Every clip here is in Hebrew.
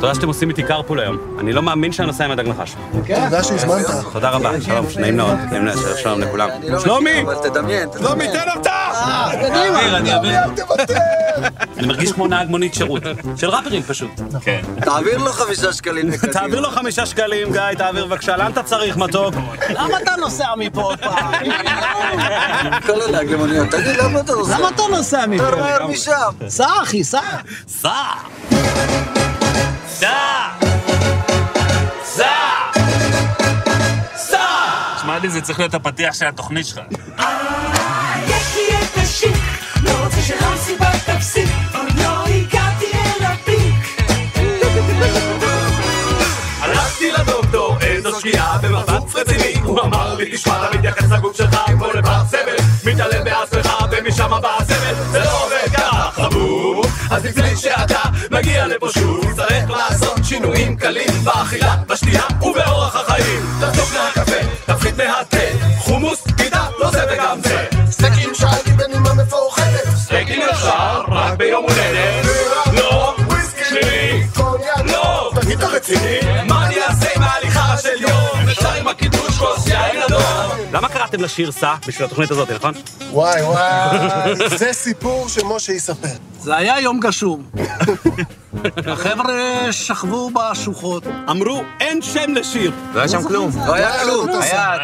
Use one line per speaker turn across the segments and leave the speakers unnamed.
תודה שאתם עושים איתי קרפול היום. אני לא מאמין שאני נוסע עם הדג נחש.
תודה שהזמנת.
תודה רבה, שלום, נעים מאוד. נעים מאוד, שלום לכולם.
לא
שלומי!
אבל תדמיין,
שלומי, תן הפתעה!
אביר, אני אביר.
אני מרגיש כמו נהג מונית שירות. של ראפרים פשוט.
תעביר לו חמישה שקלים לקדימה.
תעביר לו חמישה שקלים, גיא, תעביר בבקשה. לאן אתה צריך, מתוק?
למה אתה נוסע מפה עוד פעם?
כל הנהג למוניות, תגיד, למה אתה נוסע?
למה אתה נוסע
יותר
מפה?
מהר משם?
סע, אחי, סע.
סע! סע! סע! סע!
נשמע לי זה צריך להיות הפתיח של התוכנית שלך.
יש לי את השיק, לא רוצה שרמסיבה תפסיק, עוד לא הגעתי אל הפיק.
הלכתי לדוקטור, איזו שגיאה במבט רציני הוא אמר לי, תשמע, אתה מתייחס לגוף שלך כמו לבר סבל מתעלם מעצמך ומשם בא הסבל זה לא עובד ככה, חמור אז לפני שאתה מגיע לפה שוב תצטרך לעשות שינויים קלים באכילה, בשתייה ובאורח החיים תחתוך מהקפה, תפחית מהתה חומוס, פיתה, לא זה וגם זה
סטייקים שאלתי בנימה מפורחדת.
סטייקים אפשר רק ביום הולדת לא, שלילי
קוניאק.
לא!
תגיד אתה רציני?
מה אני אעשה עם ההליכה של יום? אפשר עם הקידוש כוס יין אדום? למה קראתם לשיר סע בשביל התוכנית הזאת, נכון?
וואי וואי, זה סיפור שמשה יספר.
זה היה יום גשום. החבר'ה שכבו בשוחות.
אמרו, אין שם לשיר.
לא היה שם כלום. לא היה כלום. אה,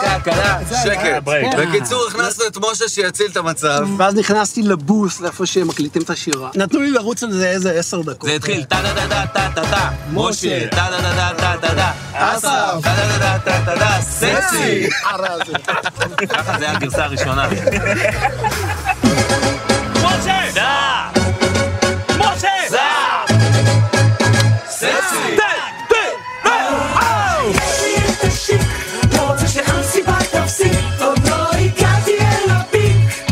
היה תקלה, שקט.
ברייק.
בקיצור, הכנסנו את משה שיציל את המצב.
ואז נכנסתי לבוס, לאיפה שהם מקליטים את השירה. נתנו לי לרוץ על זה איזה עשר דקות. כן.
זה התחיל טה דה דה דה טה טה טה
משה.
משה טה דה דה דה טה טה טה אסף טה דה דה דה טה טה טה סקסי
הרע הזה.
ככה זה היה הגרסה הראשונה
משה! סע! משה! סע!
סקסי
יש לי את השיק, לא רוצה שרמסיבה תפסיק, עוד לא הגעתי אל הפיק.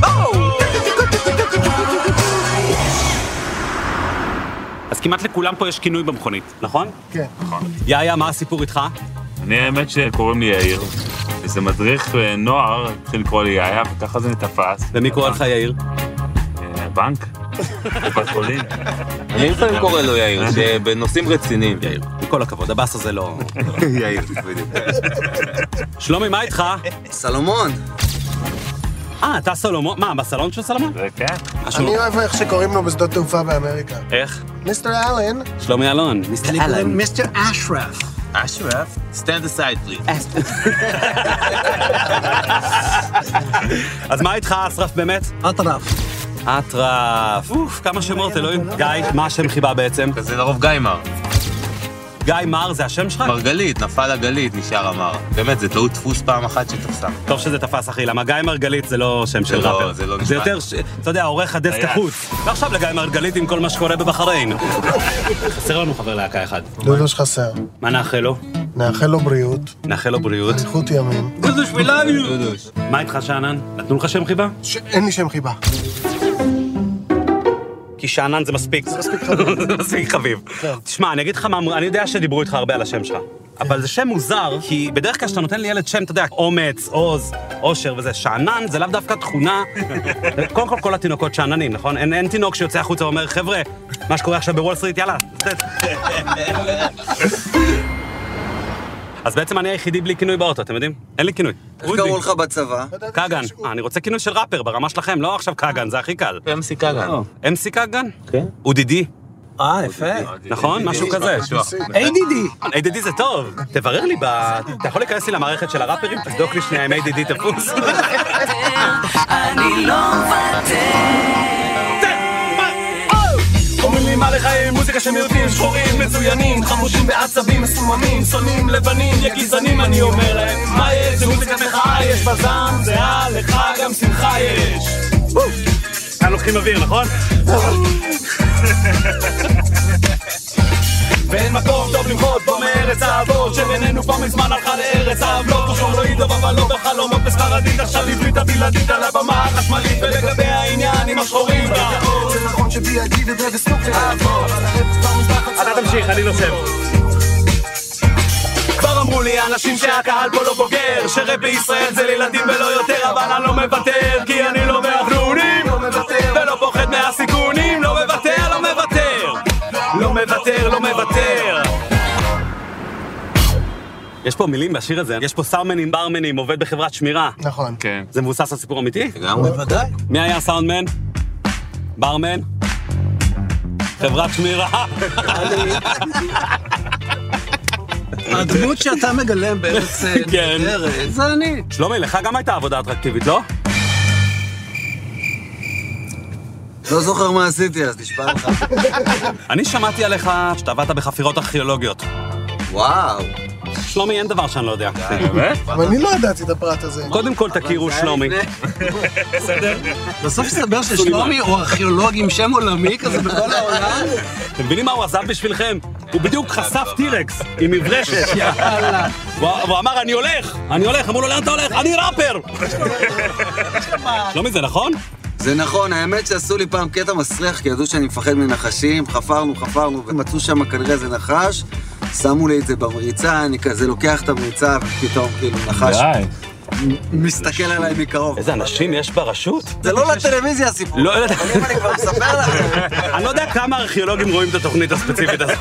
אז כמעט לכולם פה יש כינוי במכונית, נכון?
כן.
יאיה, מה הסיפור איתך?
אני האמת שקוראים לי יאיר. איזה מדריך אה, נוער התחיל לקרוא לי יאיה, וככה זה תפס.
ומי קורא לך יאיר?
אה, בנק? קופת חולים?
אני לפעמים קורא לו
אה.
יאיר, שבנושאים רציניים.
יאיר. עם כל הכבוד, הבאס הזה לא...
יאיר, בדיוק.
שלומי, מה איתך?
סלומון
אה, אתה סלומון? מה, בסלון של סלומון?
זה כן.
משהו-
אני אוהב איך שקוראים לו בשדות תעופה באמריקה.
איך?
מיסטר אלן,
שלומי אלון. מיסטר
אני קוראים מיסטר אשרף.
אשרף סטנד אסייד פליט
אז מה איתך, אסרף, באמת?
אטרף.
אטרף, אוף, כמה שמות, אלוהים. גיא, מה השם חיבה בעצם?
זה לרוב גיימר.
גיא מר זה השם שלך?
מרגלית, נפל הגלית, נשאר אמר. באמת, זה טעות דפוס פעם אחת שתפסה.
טוב שזה תפס, אחי, למה גיא מרגלית זה לא שם של
לא-
ראפר.
זה לא
זה
נשמע.
יותר, ש- אתה יודע, עורך הדסק
היה.
החוץ. ועכשיו לגיא מרגלית עם כל מה שקורה בבחריין. חסר לנו חבר להקה אחד.
דודו שחסר.
מה נאחל לו?
נאחל לו בריאות,
נאחל לו בריאות.
אריכות ימים.
מה איתך, שאנן? נתנו לך שם חיבה?
ש- אין לי שם חיבה.
כי שאנן זה מספיק. זה
מספיק חביב.
מספיק חביב.
כן.
תשמע, אני אגיד לך מה, אמרו- אני יודע שדיברו איתך הרבה על השם שלך. אבל זה שם מוזר, כי בדרך כלל כשאתה נותן לילד שם, אתה יודע, אומץ, עוז, אושר וזה, שאנן זה לאו דווקא תכונה. קודם כל, כל התינוקות שאננים, נכון? אין, אין תינוק שיוצא החוצה ואומר, חבר'ה, מה שקורה עכשיו בוול סטריט, יאללה, לצאת." אז בעצם אני היחידי בלי כינוי באוטו, אתם יודעים? אין לי כינוי.
איך קראו לך בצבא?
כגן. אה, אני רוצה כינוי של ראפר ברמה שלכם, לא עכשיו כגן, זה הכי קל.
אמסי כגן.
לא.
אמסי כגן? כן. אודידי,
אה, יפה.
נכון? משהו כזה.
ADD.
ADD זה טוב, תברר לי ב... אתה יכול להיכנס לי למערכת של הראפרים? תבדוק לי שנייה אם ADD תפוס.
אני לא מוותר.
אומרים לי מה לחיים, מוזיקה של מיעוטים, שחורים, מצוינים, חמושים בעצבים, מסוממים, שונאים לבנים, יא גזענים, אני אומר להם, מה יש, זה מוזיקת מחאה, יש בה זעם, זהה, לך גם שמחה יש.
כאן לוקחים אוויר, נכון?
ואין מקום טוב למחות בו מארץ האבות, שבינינו פה מזמן הלכה לארץ העוולות, ראשון לא ידוב אבל לא בחלומות בספרדית, עכשיו עברית הבלעדית על הבמה החשמלית, ולגבי העניין עם השחורים,
זה נכון שבי.איי.די ודרג סנוקר אהבו, אבל הרב כבר מזרח הצ-
אתה תמשיך, אני נוסף.
כבר אמרו לי אנשים שהקהל פה לא בוגר שרב בישראל זה לילדים ולא יותר אבל אני לא מוותר כי אני לא מהחנונים ולא פוחד מהסיכונים לא מוותר, לא מוותר לא מוותר, לא מוותר
יש פה מילים בשיר הזה, יש פה סאונדמנים, ברמנים, עובד בחברת שמירה.
נכון.
כן.
זה מבוסס על סיפור אמיתי?
לגמרי.
בוודאי.
מי היה סאונדמן? ברמן? חברת שמירה? אה,
הדמות שאתה מגלם בארץ אה,
כן.
נהדרת, זה אני.
שלומי, לך גם הייתה עבודה אטרקטיבית, לא?
לא זוכר מה עשיתי, אז נשבע לך.
אני שמעתי עליך שאתה עבדת בחפירות ארכיאולוגיות.
וואו.
שלומי, אין דבר שאני לא יודע.
באמת?
אבל אני לא ידעתי את הפרט הזה.
קודם כל תכירו שלומי.
בסוף הסתבר ששלומי הוא ארכיאולוג עם שם עולמי כזה בכל העולם.
אתם מבינים מה הוא עזב בשבילכם? הוא בדיוק חשף טירקס עם מברשת. יאללה. והוא אמר, אני הולך, אני הולך. אמרו לו, לאן אתה הולך? אני ראפר! שלומי, זה נכון?
זה נכון, האמת שעשו לי פעם קטע מסריח, כי ידעו שאני מפחד מנחשים, חפרנו, חפרנו, ומצאו שם כנראה איזה נחש, שמו לי את זה במריצה, אני כזה לוקח את המריצה, ופתאום כאילו נחש
די.
מסתכל עליי מקרוב.
איזה אנשים יש ברשות?
זה לא לטלוויזיה הסיפור.
לא יודע.
אבל אם אני כבר מספר לכם.
אני לא יודע כמה ארכיאולוגים רואים את התוכנית הספציפית הזאת.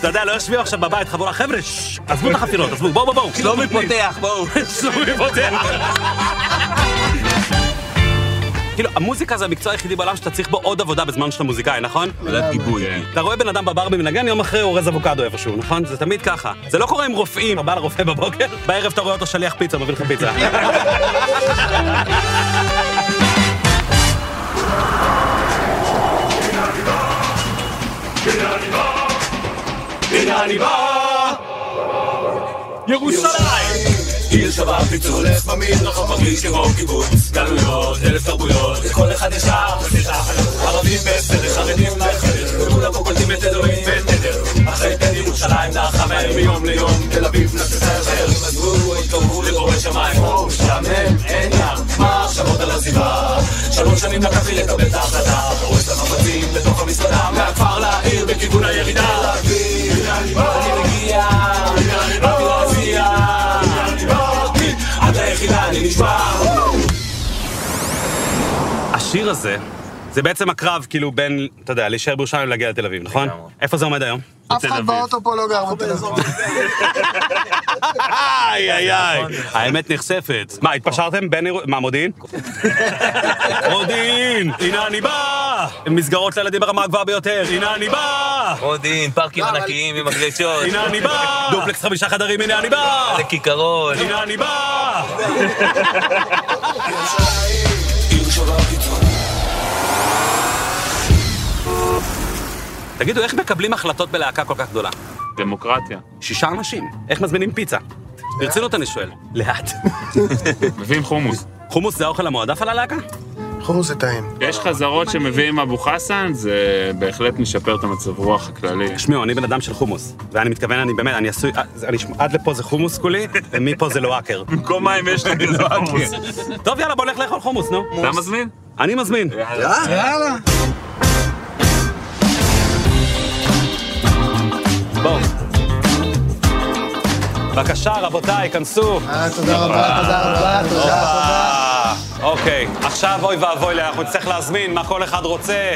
אתה יודע, לא יושבים עכשיו בבית, חבורה, חבר'ה, ששש, עזבו את החפירות, עזבו, בואו, כאילו, לא בואו, בואו.
שלומי פותח, לא בואו.
שלומי פותח. כאילו, המוזיקה זה המקצוע היחידי בעולם שאתה צריך בו עוד עבודה בזמן שאתה מוזיקאי, נכון?
עבודת גיבוי.
אתה רואה בן אדם בבר במנגן, יום אחרי הוא אורז אבוקדו איפשהו, נכון? זה תמיד ככה. זה לא קורה עם רופאים, אתה בא לרופא בבוקר, בערב אתה רואה אותו שליח פיצה, מביא לך פיצה.
הנה אני בא! ירושלים! עיר שווה פיצולף במדרחוב מרגיש כמו קיבוץ גלויות, אלף תרבויות, לכל אחד יש שער וזה תחנות ערבים בסדר, חרדים בסדר, וכולם פה קולטים את אלוהים ואת נדר אחרי תל ירושלים דעך מהר מיום ליום, תל אביב נפצה יותר אם עזבו, התקרבו לבורא שמיים או משעמם, אין ים, מה השמות על עזיבה? שלוש שנים לקח לי לקבל את ההחלטה רואה את המאמצים לתוך המסעדה מהכפר לעיר בכיוון הירידה להביא, אני מגיע, באתי להזיע את היחידה, אני נשבע
השיר הזה, זה בעצם הקרב, כאילו, בין, אתה יודע, להישאר בירושלים ולהגיע לתל אביב, נכון? איפה זה עומד היום?
אף אחד באוטו פה לא גר בתל אביב.
איי, איי, איי. האמת נחשפת. נכון, מה, התפשרתם בין עיר... מה, מודיעין? מודיעין! הנה אני בא! מסגרות לילדים ברמה הגבוהה ביותר. הנה אני בא!
מודיעין,
לא,
פארקים ענקיים עם הגלשות,
הנה אני בא! דופלקס חמישה חדרים, הנה אני בא!
זה כיכרון.
הנה אני בא! תגידו, איך מקבלים החלטות בלהקה כל כך גדולה?
דמוקרטיה.
שישה אנשים. איך מזמינים פיצה? ברצינות אני שואל. לאט.
מביאים חומוס.
חומוס זה האוכל המועדף על הלהקה?
חומוס זה טעים.
יש חזרות שמביאים אבו חסן, זה בהחלט משפר את המצב רוח הכללי.
תשמעו, אני בן אדם של חומוס, ואני מתכוון, אני באמת, אני עשוי, אה, אני, עד לפה זה חומוס כולי, ומפה זה לואקר.
במקום מים יש לי כזה חומוס.
טוב, יאללה, בוא נלך לאכול חומוס, נו.
אתה מזמין?
אני מזמין.
יאללה.
בואו. בבקשה, רבותיי, כנסו.
אה, תודה רבה, תודה רבה, תודה.
אה, אוקיי, עכשיו אוי ואבוי, לי, אנחנו נצטרך להזמין מה כל אחד רוצה.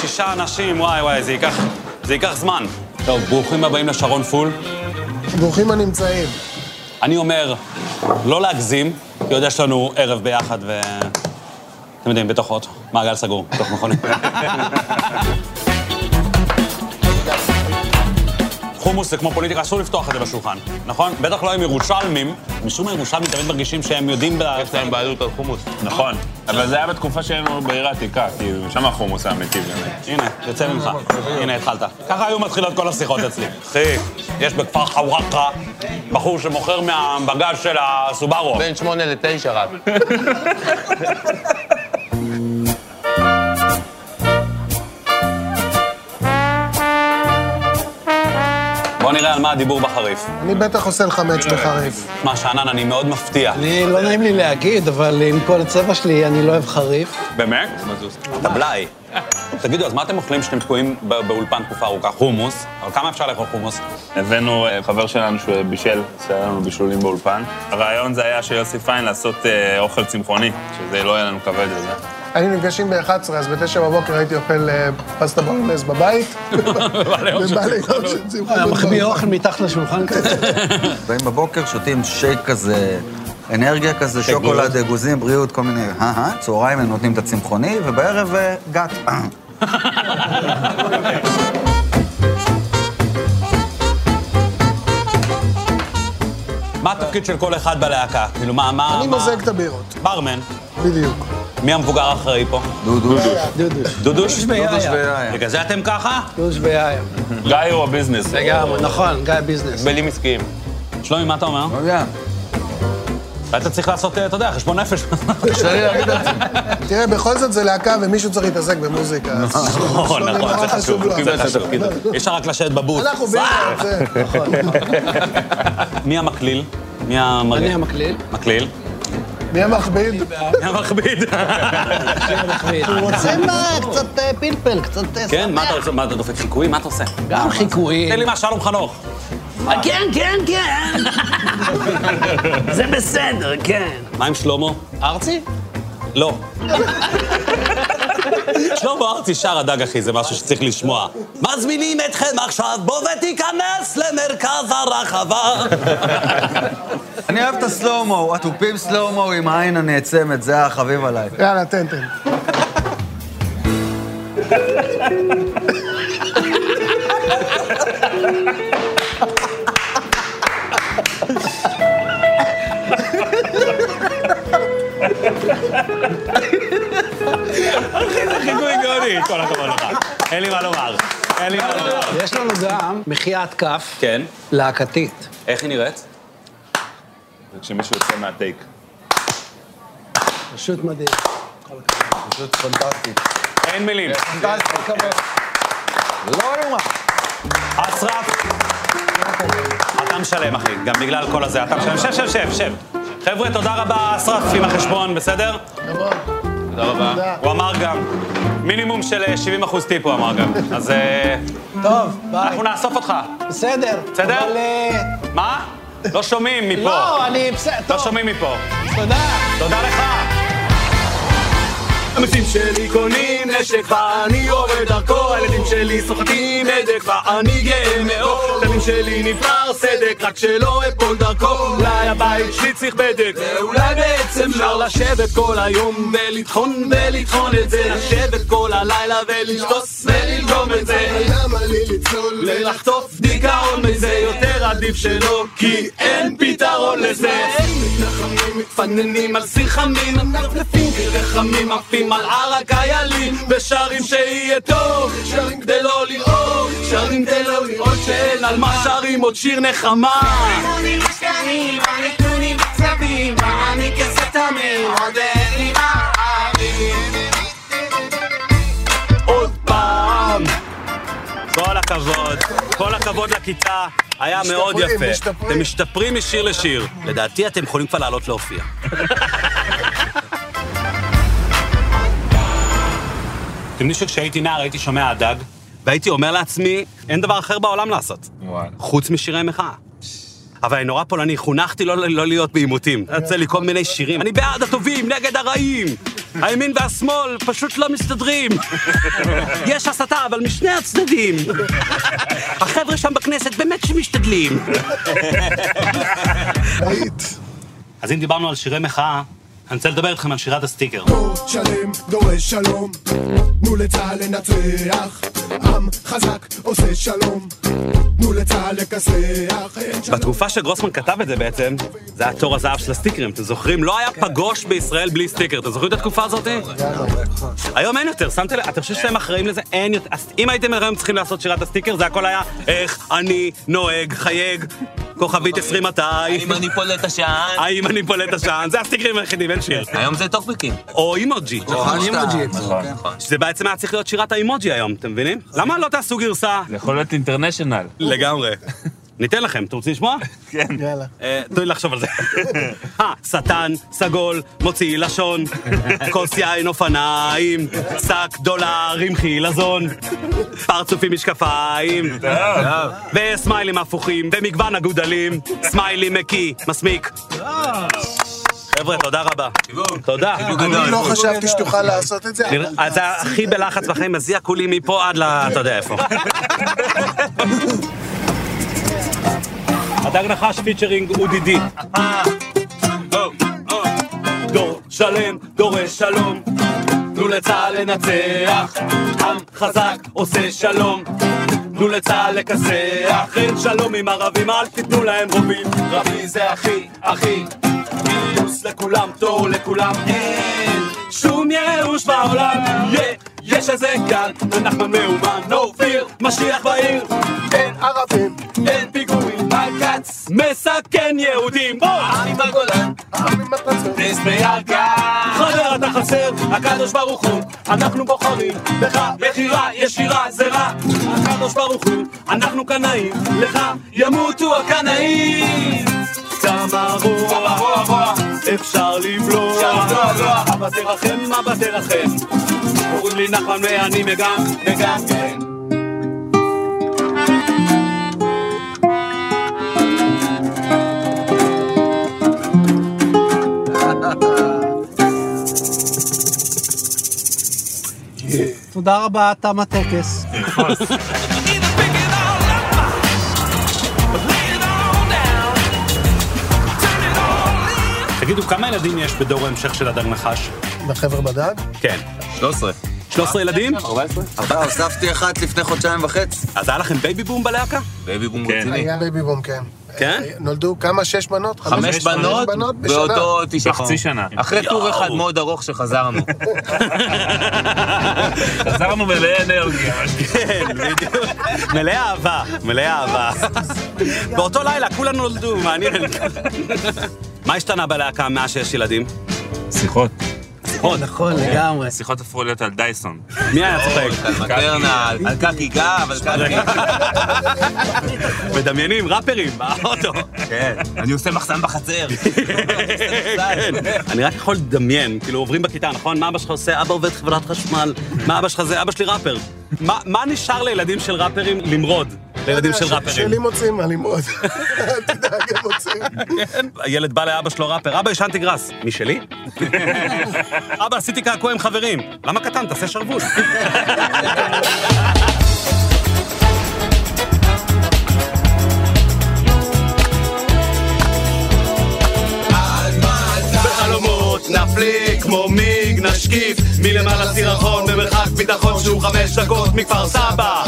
שישה אנשים, וואי וואי, זה ייקח, זה ייקח זמן. טוב, ברוכים הבאים לשרון פול.
ברוכים הנמצאים.
אני אומר, לא להגזים, כי עוד יש לנו ערב ביחד ו... אתם יודעים, בתוך אוטו, מעגל סגור, בתוך מכונית. חומוס זה כמו פוליטיקה, אסור לפתוח את זה בשולחן, נכון? בטח לא עם ירושלמים. משום מה ירושלמים תמיד מרגישים שהם יודעים ב...
יש להם בעלות על חומוס.
נכון.
אבל זה היה בתקופה שהם היו בעיר העתיקה, כאילו, שם החומוס האמיתי באמת.
הנה, יוצא ממך. הנה, התחלת. ככה היו מתחילות כל השיחות אצלי. אחי, יש בכפר חוואקה בחור שמוכר מהבגז של הסובארו.
בין שמונה לתשע רק.
בוא נראה על מה הדיבור בחריף.
אני בטח עושה לך מאץ' בחריף.
מה, שאנן, אני מאוד מפתיע.
אני, לא נעים לי להגיד, אבל עם כל הצבע שלי אני לא אוהב חריף.
באמת? אתה בלאי. תגידו, אז מה אתם אוכלים כשאתם תקועים ב- באולפן תקופה ארוכה? חומוס, אבל כמה אפשר לאכול חומוס?
הבאנו אה, חבר שלנו שבישל, עשה לנו בישולים באולפן. הרעיון זה היה של יוסי פיין לעשות אה, אוכל צמחוני, שזה לא יהיה לנו כבד לזה.
היינו נפגשים ב-11, אז ב-9 בבוקר הייתי אוכל אה, פסטה בולונז בבית. ובא ליום של שמחה.
היה
בדבר.
מחביא אוכל מתחת לשולחן כזה.
באים בבוקר, שותים שייק כזה, אנרגיה כזה, שוקולד, אגוזים, בריאות, כל מיני... אהה, צהריים הם נותנים את הצמחוני, ובערב אה, גת.
מה התפקיד של כל אחד בלהקה? כאילו, מה, מה...
אני
מה-
מזג את הבירות,
ברמן.
בדיוק.
מי המבוגר האחראי פה?
דודו.
דודוש.
דודוש?
ויאיה.
ויאיה.
בגלל זה אתם ככה?
דודוש ויאיה.
גיא הוא הביזנס.
לגמרי, נכון, גיא ביזנס.
הגבלים עסקיים. שלומי, מה אתה אומר?
לא יודע.
היית צריך לעשות, אה, אתה יודע, חשבון נפש.
קשה לי להגיד את זה.
תראה, בכל זאת זה להקה ומישהו צריך להתעסק במוזיקה. אז- לא,
נכון, נכון, זה
נורא
חשוב.
חשוב לו.
זה חשוב. אי אפשר רק לשבת בבוט.
אנחנו ביחד, זה.
מי המקליל? מי המרגיע?
אני המקליל.
מקליל.
מי המכביד?
מי המכביד?
הוא רוצה מה? קצת אה, פלפל, קצת... אה,
כן, מה אתה עושה? מה אתה דופק חיקוי? מה אתה עושה?
גם חיקויים.
תן לי מה, שלום חנוך.
כן, כן, כן. זה בסדר, כן.
מה עם שלמה?
ארצי?
לא. שלמה ארצי שר הדג, אחי, זה משהו שצריך לשמוע. מזמינים אתכם עכשיו, בוא ותיכנס למרכז הרחבה.
אני אוהב את הסלומו, התופים סלומו עם העין הנעצמת, זה היה חביב עליי.
יאללה, תן, תן.
חיקוי גאוני, כל הכבוד לך. אין לי מה לומר. אין לי מה לומר.
יש לנו גם מחיית כף
כן,
להקתית.
איך היא נראית?
כשמישהו יוצא מהטייק.
פשוט מדהים.
פשוט פנטסטי.
אין מילים.
לא נורא.
אסרף, אתה משלם, אחי, גם בגלל כל הזה. אתה משלם. שב, שב, שב, שב. חבר'ה, תודה רבה, אסרף, עם החשבון, בסדר? תודה רבה. הוא אמר גם, מינימום של אה, 70 אחוז טיפ הוא אמר גם. אז אה,
טוב, ביי.
אנחנו נאסוף אותך.
בסדר.
בסדר?
אבל... אה,
מה? לא שומעים מפה.
לא, אני... בסדר,
לא
טוב,
שומעים מפה.
תודה.
תודה לך.
המתים שלי קונים נשק ואני יורד דרכו הילדים שלי סוחטים הדק ואני גאה מאוד הילדים שלי נפער סדק רק שלא אפול דרכו אולי הבית שלי צריך בדק ואולי בעצם אפשר לשבת כל היום ולטחון ולטחון את זה לשבת כל הלילה ולשתוס וללגום את זה
למה לי לצלול?
ולחטוף דיכאון מזה יותר עדיף שלא כי אין פתרון לזה מתנחמים מתפננים על סיר חמים מנפנפים כרחמים עפים על ערק איילים ושרים שיהיה טוב שרים כדי לא לראות שרים כדי לא לראות שאין על מה שרים עוד שיר נחמה עוד פעם
כל הכבוד, כל הכבוד לכיתה, היה מאוד יפה.
משתפרים.
אתם משתפרים משיר לשיר. לדעתי אתם יכולים כבר לעלות להופיע. אתם יודעים שכשהייתי נער הייתי שומע הדג, והייתי אומר לעצמי, אין דבר אחר בעולם לעשות, חוץ משירי מחאה. אבל אני נורא פולני, חונכתי לא, לא להיות בעימותים. יוצא לי כל מיני שירים. אני בעד הטובים, נגד הרעים. הימין והשמאל פשוט לא מסתדרים. יש הסתה, אבל משני הצדדים. החבר'ה שם בכנסת באמת שמשתדלים.
היית.
אז אם דיברנו על שירי מחאה, אני רוצה לדבר איתכם על שירת הסטיקר.
פה שלם דורש שלום, תנו לצה"ל לנצח, עם חזק עושה שלום, תנו לצה"ל לכסח, אין שלום.
בתקופה שגרוסמן כתב את זה בעצם, זה היה תור הזהב של הסטיקרים, אתם זוכרים? לא היה פגוש בישראל בלי סטיקר, אתם זוכרים את התקופה הזאת? היום אין יותר, שמתם לב, אתם חושבים שאתם אחראים לזה? אין יותר. אז אם הייתם היום צריכים לעשות שירת הסטיקר, זה הכל היה איך אני נוהג, חייג, כוכבית 20 מתי,
אם אני פולט את השעה...
האם אני פולט עשן, זה הסטיקרים היחידים, אין שיר.
היום זה טוקבקים.
או אימוג'י, שזה בעצם היה צריך להיות שירת האימוג'י היום, אתם מבינים? למה לא תעשו גרסה?
זה יכול להיות אינטרנשיונל.
לגמרי. ניתן לכם, אתם רוצים לשמוע?
יאללה.
אה, תנו לי לחשוב על זה. אה, שטן, סגול, מוציא לשון, כוס יין אופניים, שק דולרים חילזון, פרצופים משקפיים, וסמיילים הפוכים, ומגוון אגודלים, סמיילי מקיא, מסמיק. חבר'ה, תודה רבה. תודה.
אני לא חשבתי שתוכל לעשות את זה. אבל
נראה- אתה הכי בלחץ בחיים, מזיע כולי מפה עד ל... אתה יודע איפה. הדג נחש פיצ'רינג אודי די.
דור שלם דורש שלום. תנו לצה"ל לנצח, עם חזק עושה שלום. תנו לצה"ל לכסח, אין שלום עם ערבים, אל תיתנו להם רובים. רבי זה אחי, אחי. גיוס לכולם, תור לכולם, אין שום ייאוש בעולם. יא, יש איזה כאן, אנחנו מאומן, no fear, משיח בעיר. אין ערבים, אין פיגועים, מלכץ מסכן יהודים. בוא! העמים בגולן, העמים בפרצות, נס בירכא. חבר אתה חסר, הקדוש ברוך הוא, אנחנו בוחרים בך, מכירה ישירה זה רע. הקדוש ברוך הוא, אנחנו קנאים, לך ימותו הקנאים. כמה רוע, אפשר לבלוע, אבא תרחם, אבא תרחם. קוראים לי נחמן ואני מגם, מגם, כן.
תודה רבה, תם הטקס.
תגידו, כמה ילדים יש בדור ההמשך של הדג נחש? אה?
בחבר'ה בדג?
כן. 13. 13 ילדים?
14?
אתה, הוספתי אחת לפני חודשיים וחצי.
אז היה לכם בייבי בום בלהקה?
בייבי בום
היה בייבי בום, כן.
כן?
נולדו כמה? שש בנות?
חמש בנות
בשנה.
באותו תשעה.
בחצי שנה.
אחרי
יואו.
טור אחד מאוד ארוך שחזרנו.
חזרנו מלאי אנרגיה.
כן, בדיוק. מלא אהבה, מלא אהבה. באותו לילה כולנו נולדו, מעניין. מה השתנה בלהקה מאז שיש ילדים?
שיחות.
שיחות.
נכון, לגמרי.
שיחות הפכו להיות על דייסון.
מי היה צוחק?
על מטרנה, על על קקי גב, על קקי...
מדמיינים, ראפרים, באוטו.
כן, אני עושה מחסן בחצר.
כן. אני רק יכול לדמיין, כאילו עוברים בכיתה, נכון? מה אבא שלך עושה? אבא עובד חברת חשמל. מה אבא שלך זה? אבא שלי ראפר. מה- מה נשאר לילדים של ראפרים למרוד? לילדים של ראפרים.
שלי מוצאים מה ללמוד. אל תדאג, הם מוצאים.
הילד בא לאבא שלו ראפר, אבא, ישנתי גראס. משלי? אבא, עשיתי קעקוע עם חברים. למה קטן? תעשה שרוול.
בחלומות נפליג כמו מיג נשקיף מלמעלה סירחון במרחק ביטחון שהוא חמש דקות מכפר סבא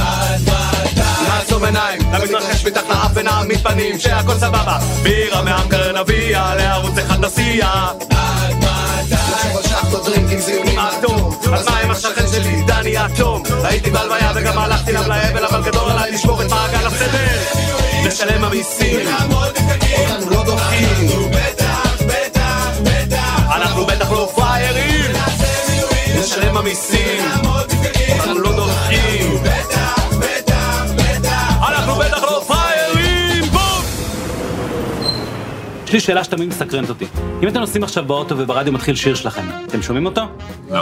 נעצום עיניים למתרחש מתחת לאף ונעמיד פנים שהכל סבבה בירה מהמקרן אביה לערוץ אחד נסיע
עכשיו השחטות דרינקים זיונים
אטום אז מה עם השכן שלי דני אטום הייתי בהלוויה וגם הלכתי למלאבל אבל גדול עליי לשמור את מעגל הסדר לשלם המיסים
אותנו לא דוחקים.
אנחנו בטח לא פראיירים נשלם המיסים אנחנו לא דוחים אנחנו בטח לא פראיירים בום!
יש לי שאלה שתמיד מסקרנת אותי. אם אתם נוסעים עכשיו באוטו וברדיו מתחיל שיר שלכם, אתם שומעים אותו?
לא.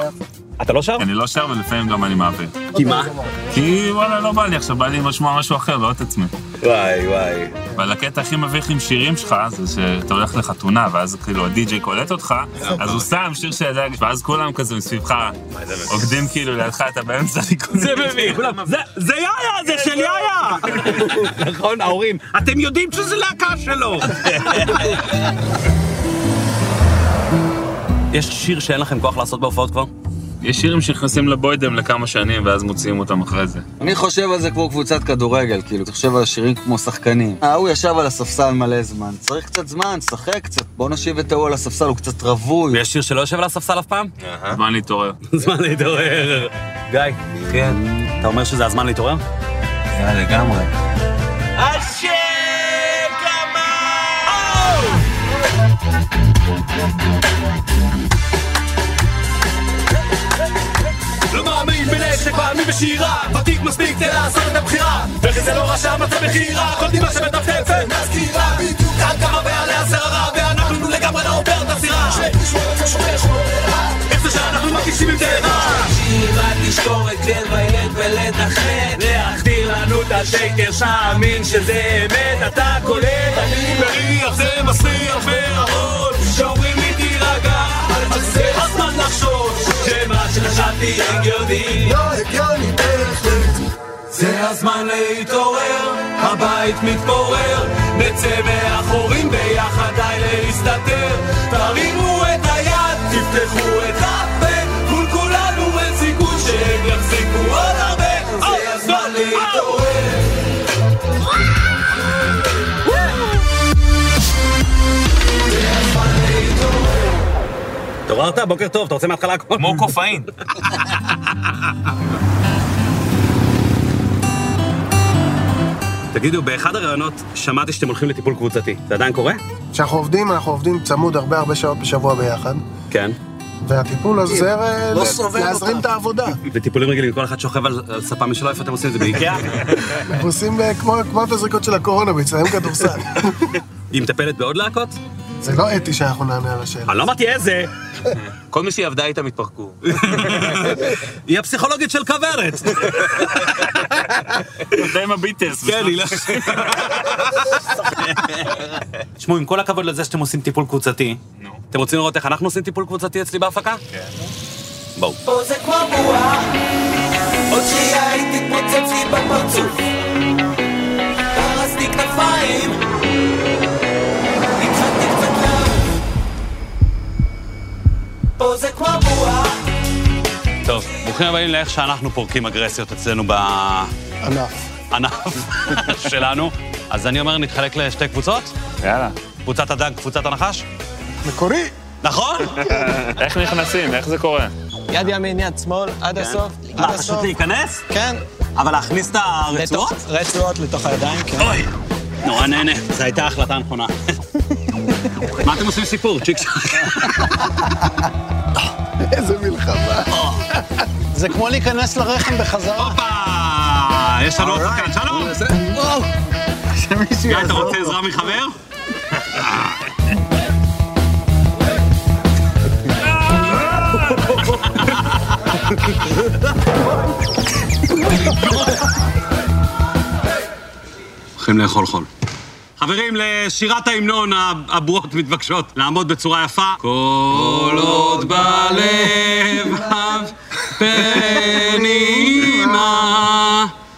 אתה לא שר?
אני לא שר ולפעמים גם אני מעביר.
כי מה?
כי וואלה, לא בא לי עכשיו, בא לי לשמוע משהו אחר, לא את עצמי.
וואי, וואי.
אבל הקטע הכי מביך עם שירים שלך, זה שאתה הולך לחתונה, ואז כאילו הדי-ג'יי קולט אותך, אז הוא שם שיר של הדג, ואז כולם כזה מסביבך, עוקדים כאילו לידך, אתה באמצע הליכוד.
זה מבין. זה יאיה, זה של יאיה! נכון, ההורים. אתם יודעים שזה להקה שלו! יש שיר שאין לכם כוח לעשות בהופעות כבר?
יש שירים שנכנסים לבוידם לכמה שנים, ואז מוציאים אותם אחרי זה.
אני חושב על זה כמו קבוצת כדורגל, כאילו, אתה חושב על השירים כמו שחקנים. ההוא ישב על הספסל מלא זמן, צריך קצת זמן, שחק קצת, בוא נשיב את ההוא על הספסל, הוא קצת רווי.
ויש שיר שלא יושב על הספסל אף פעם?
זמן להתעורר.
זמן להתעורר. גיא. כן. אתה אומר שזה הזמן להתעורר?
יאללה, לגמרי.
לא מאמין בנשק, מאמין בשירה ותיק מספיק כדי לעשות את הבחירה וכי זה לא רשם, אתה בחירה כל דמעה שמטפטפת מזכירה בדיוק כאן קמה ועליה שררה ואנחנו לגמרי לא עובר את הסירה איך זה שאנחנו מרגישים עם טבע
שירה תשקור את לב הילד ולד אחר
להחדיר לנו את השקר, שאמין שזה אמת, אתה קולט, אני מריח, זה מסריח והרון, שאומרים לי תירגע
שחשבתי הגיוני לא הגיוני בהחלט
זה הזמן להתעורר, הבית מתפורר, נצא מהחורים ביחד, די להסתתר. תרימו את היד, תפתחו את הפה, מול כולנו אין סיכוי שהם יחזיקו עוד הרבה. זה הזמן להתעורר.
התעוררת? בוקר טוב, אתה רוצה מההתחלה הכל? כמו
קופאין.
תגידו, באחד הראיונות שמעתי שאתם הולכים לטיפול קבוצתי. זה עדיין קורה?
כשאנחנו עובדים, אנחנו עובדים צמוד הרבה הרבה שעות בשבוע ביחד,
כן.
והטיפול עוזר אה,
לא
לה-
סובל כן.
להזרים את העבודה.
וטיפולים רגילים, כל אחד שוכב על על ספה משלו, איפה אתם עושים את זה? באיקאה?
כן.
אנחנו עושים אה, כמו כמו התזריקות של הקורונה, מצטערים כדורסל.
היא מטפלת בעוד להקות?
זה לא אתי שאנחנו נענה על השאלה.
אני לא אמרתי איזה.
כל מי שהיא עבדה איתם התפרקו.
היא הפסיכולוגית של כוורת.
זה עם הביטלס.
כן, היא לא... תשמעו, עם כל הכבוד לזה שאתם עושים טיפול קבוצתי, אתם רוצים לראות איך אנחנו עושים טיפול קבוצתי אצלי בהפקה? כן. בואו.
פה זה כמו בועה עוד שנייה היא תתפוצץ לי בפרצוף פרסתי כנפיים התחלתי קצת לעוף פה זה כמו בועה
טוב, ברוכים הבאים לאיך שאנחנו פורקים אגרסיות אצלנו בענף
ענף.
שלנו. אז אני אומר, נתחלק לשתי קבוצות?
יאללה.
קבוצת הדג, קבוצת הנחש?
מקורי.
נכון?
איך נכנסים? איך זה קורה?
יד ימין, יד שמאל, עד הסוף.
מה, אה, פשוט להיכנס?
כן.
אבל להכניס את הרצועות?
רצועות לתוך הידיים, כן.
אוי, נורא נהנה, זו הייתה החלטה נכונה. מה אתם עושים סיפור? צ'יק צ'ק.
איזה מלחמה.
זה כמו להיכנס לרחם בחזרה.
הופה! יש לנו עוד שחקן, אוקיי, שלום! גיא, אתה רוצה עזרה מחבר? הולכים לאכול חול. חברים, לשירת ההמנון הבועות מתבקשות לעמוד בצורה יפה. כל עוד בלב הפנימה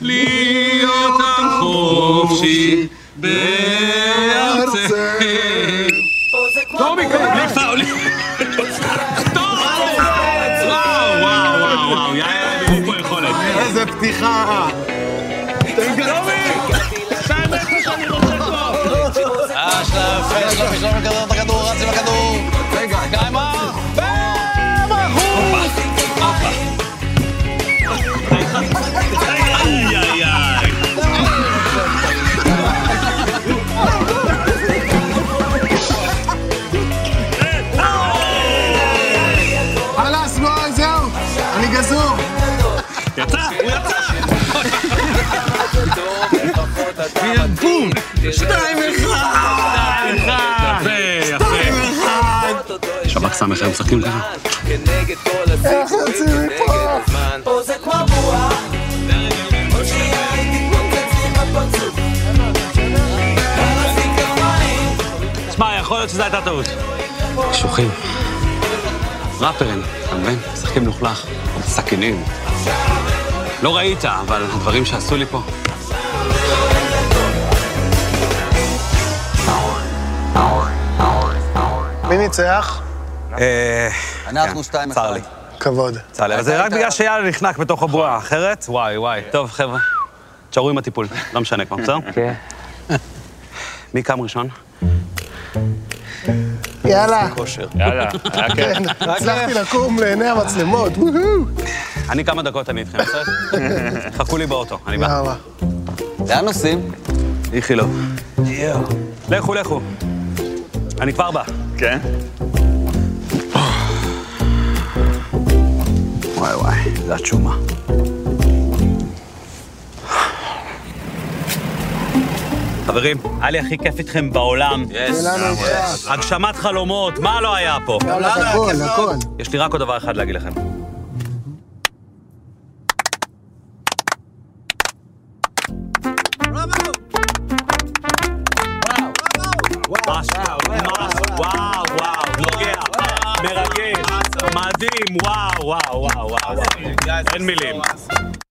להיות עם חופשי בארצנו.
טומי,
בלי פאול. טוב, וואו, וואו, וואו, וואו, יאללה, יש פה יכולת.
איזה
פתיחה.
אשלה, יפה, שלום, שלום, כדור, את הכדור, רץ עם הכדור. רגע. גיימר.
איי, איי, איי.
הלאה, שמאל, זהו. אני גזור.
יצא, הוא
יצא. בום. שתיים אחד. שתיים אחד.
יפה, שב"כ סמך, הם משחקים ככה?
כנגד כל הסיכוי. נגד הזמן. פה זה כמו בועה. עוד שנייה היא תתפוצץ לי בפרצוף. פרסתי כנפיים.
שמע, יכול להיות שזו הייתה טעות. קשוחים. ראפרים, אתה מבין? משחקים מלוכלך. סכינים. לא ראית, אבל הדברים שעשו לי פה.
מי ניצח?
אה,
אנחנו שתיים אחד.
כבוד.
כן, צר לי, אבל זה רק בגלל שיאללה נחנק בתוך
נכון.
הבועה, אחרת, וואי, וואי. טוב, חבר'ה, תשארו עם הטיפול, לא משנה כבר, בסדר? כן. מי קם ראשון?
יאללה.
כושר.
יאללה,
כן, הצלחתי לקום לעיני המצלמות.
אני כמה דקות אני איתכם, בסדר? חכו לי באוטו, אני בא.
לאן נוסעים?
איכילוב. לכו, לכו. אני כבר בא.
כן?
וואי וואי, זה התשומה. חברים, היה לי הכי כיף איתכם בעולם. הגשמת חלומות, מה לא היה פה?
הכל, הכל.
יש לי רק עוד דבר אחד להגיד לכם. וואו, וואו, וואו, נוגע, מרגש, מדהים. וואו, וואו, וואו, וואו. אין מילים.